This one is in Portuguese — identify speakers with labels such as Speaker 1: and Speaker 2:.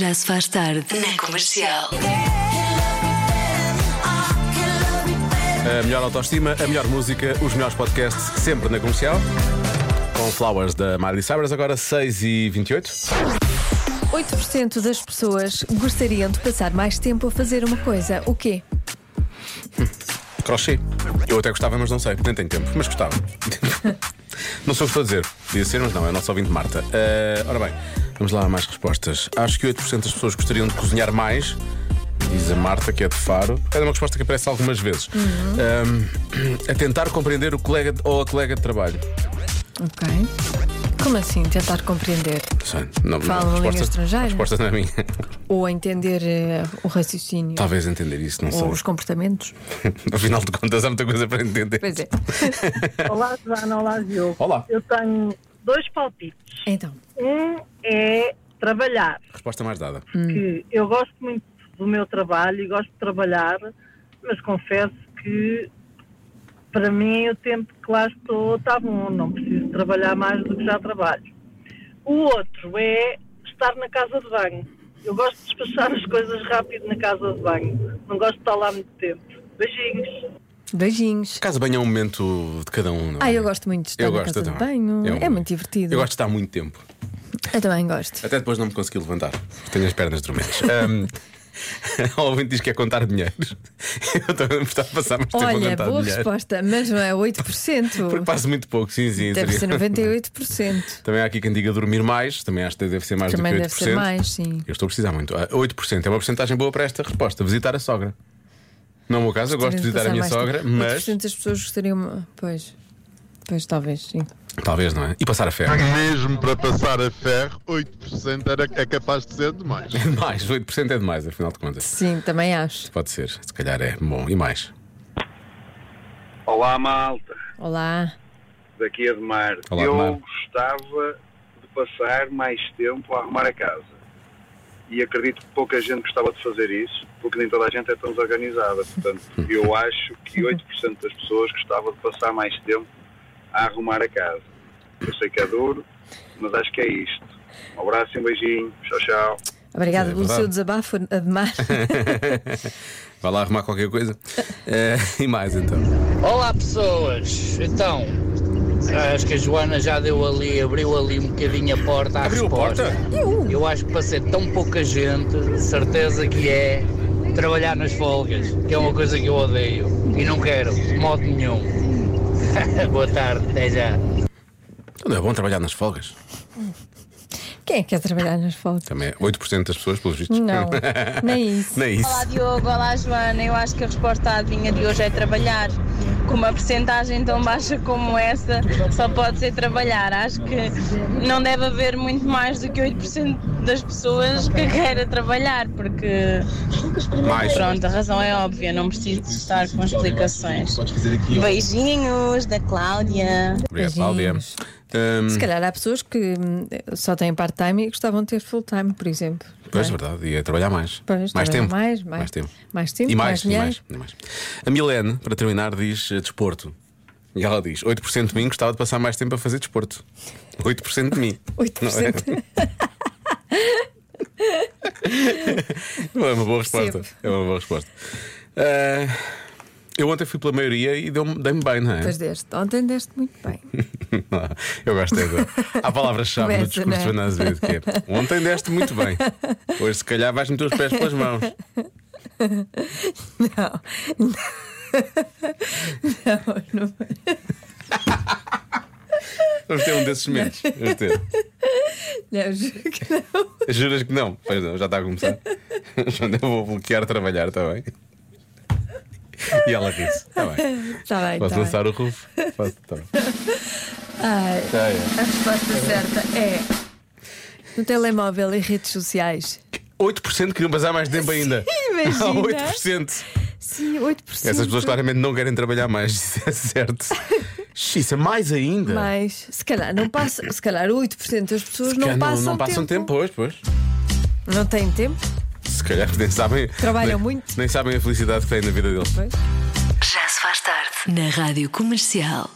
Speaker 1: Já se faz tarde na comercial.
Speaker 2: A melhor autoestima, a melhor música, os melhores podcasts sempre na comercial. Com Flowers da Miley Cyrus, agora 6h28.
Speaker 3: 8% das pessoas gostariam de passar mais tempo a fazer uma coisa. O quê?
Speaker 2: Crochê. Eu até gostava, mas não sei, nem tenho tempo, mas gostava. não sei o que estou a dizer. Podia ser, mas não, é o nosso ouvinte Marta. Eh, ora bem, vamos lá a mais respostas. Acho que 8% das pessoas gostariam de cozinhar mais. Diz a Marta, que é de Faro. É uma resposta que aparece algumas vezes.
Speaker 3: Uhum.
Speaker 2: Eh, a tentar compreender o colega de- ou a colega de trabalho.
Speaker 3: Ok. Como assim? Tentar compreender
Speaker 2: Não sei, não,
Speaker 3: Fala uma
Speaker 2: a
Speaker 3: língua
Speaker 2: resposta-
Speaker 3: estrangeira?
Speaker 2: A resposta não é minha.
Speaker 3: ou entender eh, o raciocínio
Speaker 2: Talvez entender isso, não
Speaker 3: ou
Speaker 2: sei.
Speaker 3: os comportamentos?
Speaker 2: Afinal de contas, há muita coisa para entender.
Speaker 3: Pois é.
Speaker 4: Olá, Joana. Olá, Diogo.
Speaker 2: Olá.
Speaker 4: Eu tenho dois palpites.
Speaker 3: Então,
Speaker 4: Um é trabalhar,
Speaker 2: Resposta mais dada.
Speaker 4: que eu gosto muito do meu trabalho e gosto de trabalhar, mas confesso que para mim o tempo que lá estou está bom, não preciso trabalhar mais do que já trabalho. O outro é estar na casa de banho. Eu gosto de despachar as coisas rápido na casa de banho. Não gosto de estar lá muito tempo. Beijinhos.
Speaker 3: beijinhos.
Speaker 2: Casa de banho é um momento de cada um. Não é?
Speaker 3: Ah, eu gosto muito de estar
Speaker 2: Eu
Speaker 3: na
Speaker 2: gosto
Speaker 3: casa de
Speaker 2: também.
Speaker 3: banho.
Speaker 2: É um-
Speaker 3: É, muito divertido.
Speaker 2: Eu gosto de estar muito tempo.
Speaker 3: Eu também gosto.
Speaker 2: Até depois não me consegui levantar. porque Tenho as pernas dormentes. um, o ouvinte diz que é contar dinheiros. Eu também me estava a passar mais tempo a
Speaker 3: Olha,
Speaker 2: contar
Speaker 3: boa
Speaker 2: dinheiro.
Speaker 3: resposta, mas não é
Speaker 2: Porque
Speaker 3: 8%.
Speaker 2: passo muito pouco, sim, sim.
Speaker 3: Deve
Speaker 2: seria-
Speaker 3: ser um 98%.
Speaker 2: Também há aqui quem diga dormir mais. Também acho que deve ser mais
Speaker 3: Também
Speaker 2: do que 8%.
Speaker 3: deve ser mais, sim.
Speaker 2: Eu estou a precisar muito. Ah, 8% é uma porcentagem boa para esta resposta. Visitar a sogra. Não é o meu caso, eu gosto de
Speaker 3: Gostaria
Speaker 2: visitar a
Speaker 3: passar
Speaker 2: minha
Speaker 3: mais tempo.
Speaker 2: sogra, mas.
Speaker 3: 8% das pessoas gostariam. Pois. Pois, talvez, sim.
Speaker 2: Talvez, não é? E passar a ferro.
Speaker 5: Mesmo para passar a ferro, 8% era, é capaz de ser demais.
Speaker 2: É demais, 8% é demais, afinal de contas.
Speaker 3: Sim, também acho.
Speaker 2: Pode ser, se calhar é bom. E mais?
Speaker 6: Olá, malta.
Speaker 3: Olá.
Speaker 6: Daqui é de Mar.
Speaker 2: Olá,
Speaker 6: Eu
Speaker 2: Ademar.
Speaker 6: gostava de passar mais tempo a arrumar a casa. E acredito que pouca gente gostava de fazer isso, porque nem toda a gente é tão desorganizada. Portanto, eu acho que 8% das pessoas gostava de passar mais tempo a arrumar a casa. Eu sei que é duro, mas acho que é isto. Um abraço e um beijinho. Tchau, tchau.
Speaker 3: Obrigada
Speaker 2: É
Speaker 3: pelo
Speaker 2: verdade.
Speaker 3: seu desabafo, Ademar.
Speaker 2: Vai lá arrumar qualquer coisa? Eh, e mais então?
Speaker 7: Olá pessoas, então acho que a Joana já deu ali, abriu ali um bocadinho a porta à resposta. Eu acho que para ser tão pouca gente, certeza que é trabalhar nas folgas, que é uma coisa que eu odeio e não quero, de modo nenhum. Boa tarde, até já.
Speaker 2: Então não é bom trabalhar nas folgas?
Speaker 3: Quem é que quer trabalhar nas fotos?
Speaker 2: Também é 8% das pessoas, pelos vistos.
Speaker 3: Não, nem isso.
Speaker 2: Nem isso.
Speaker 8: Olá Diogo, olá Joana. Eu acho que a resposta à adivinha de hoje é trabalhar. Com uma percentagem tão baixa como essa, só pode ser trabalhar. Acho que não deve haver muito mais do que 8% das pessoas que queira trabalhar, porque
Speaker 2: Mais.
Speaker 8: pronto, a razão é óbvia, não preciso estar com explicações. Beijinhos da Cláudia.
Speaker 2: Obrigado, Cláudia.
Speaker 3: Beijinhos.
Speaker 2: Ahm,
Speaker 3: Se calhar há pessoas que hum, só têm part-time e gostavam de ter full-time, por exemplo.
Speaker 2: Pois, é
Speaker 3: Não é?
Speaker 2: verdade, ia trabalhar mais.
Speaker 3: Pois,
Speaker 2: mais,
Speaker 3: trabalhar
Speaker 2: tempo.
Speaker 3: mais, mais-
Speaker 2: tempo.
Speaker 3: mais tempo,
Speaker 2: E
Speaker 3: mais
Speaker 2: mais, e
Speaker 3: dinheiro.
Speaker 2: mais, e mais. A Milene, para terminar, diz eh, desporto. E ela diz: 8% de mim gostava de passar mais tempo a fazer desporto. 8% de mim.
Speaker 3: 8%.
Speaker 2: É uma boa resposta.
Speaker 3: Percebo.
Speaker 2: É uma boa resposta. Ah, eu ontem fui pela maioria e deu-me- dei-me bem, não é?
Speaker 3: Pois deste. Ontem deste muito bem.
Speaker 2: eu gosto dessa. Há a palavra-chave do
Speaker 3: Começa,
Speaker 2: discurso de
Speaker 3: não é?
Speaker 2: Joana Azevedo que é ontem deste muito bem, hoje se calhar vais meter os pés pelas mãos.
Speaker 3: Não. Não, não.
Speaker 2: Vamos ter um desses momentos. Vamos ter.
Speaker 3: não, juro que não.
Speaker 2: Juras que não? Pois não, já está a começar. Joana, eu vou bloquear trabalhar, está bem? E ela ri-se, está bem.
Speaker 3: Está Tá bem,
Speaker 2: Posso
Speaker 3: está bem.
Speaker 2: lançar o rufo? Posso, tá bem.
Speaker 3: Ai,
Speaker 2: Tá, é.
Speaker 3: a resposta certa é no telemóvel e redes sociais.
Speaker 2: 8% queriam passar mais tempo ainda.
Speaker 3: imagina.
Speaker 2: Há 8%.
Speaker 3: Sim, 8%.
Speaker 2: Essas pessoas claramente não querem trabalhar mais, isso é certo. Xisa, mais ainda.
Speaker 3: Mas se calhar não passa, se calhar 8% das pessoas
Speaker 2: Que
Speaker 3: não, passam,
Speaker 2: não passam tempo. hoje, pois.
Speaker 3: Não têm tempo?
Speaker 2: Se calhar nem sabem.
Speaker 3: Trabalham
Speaker 2: nem-
Speaker 3: muito.
Speaker 2: Nem sabem a felicidade que têm na vida deles.
Speaker 1: Já se faz tarde na rádio comercial.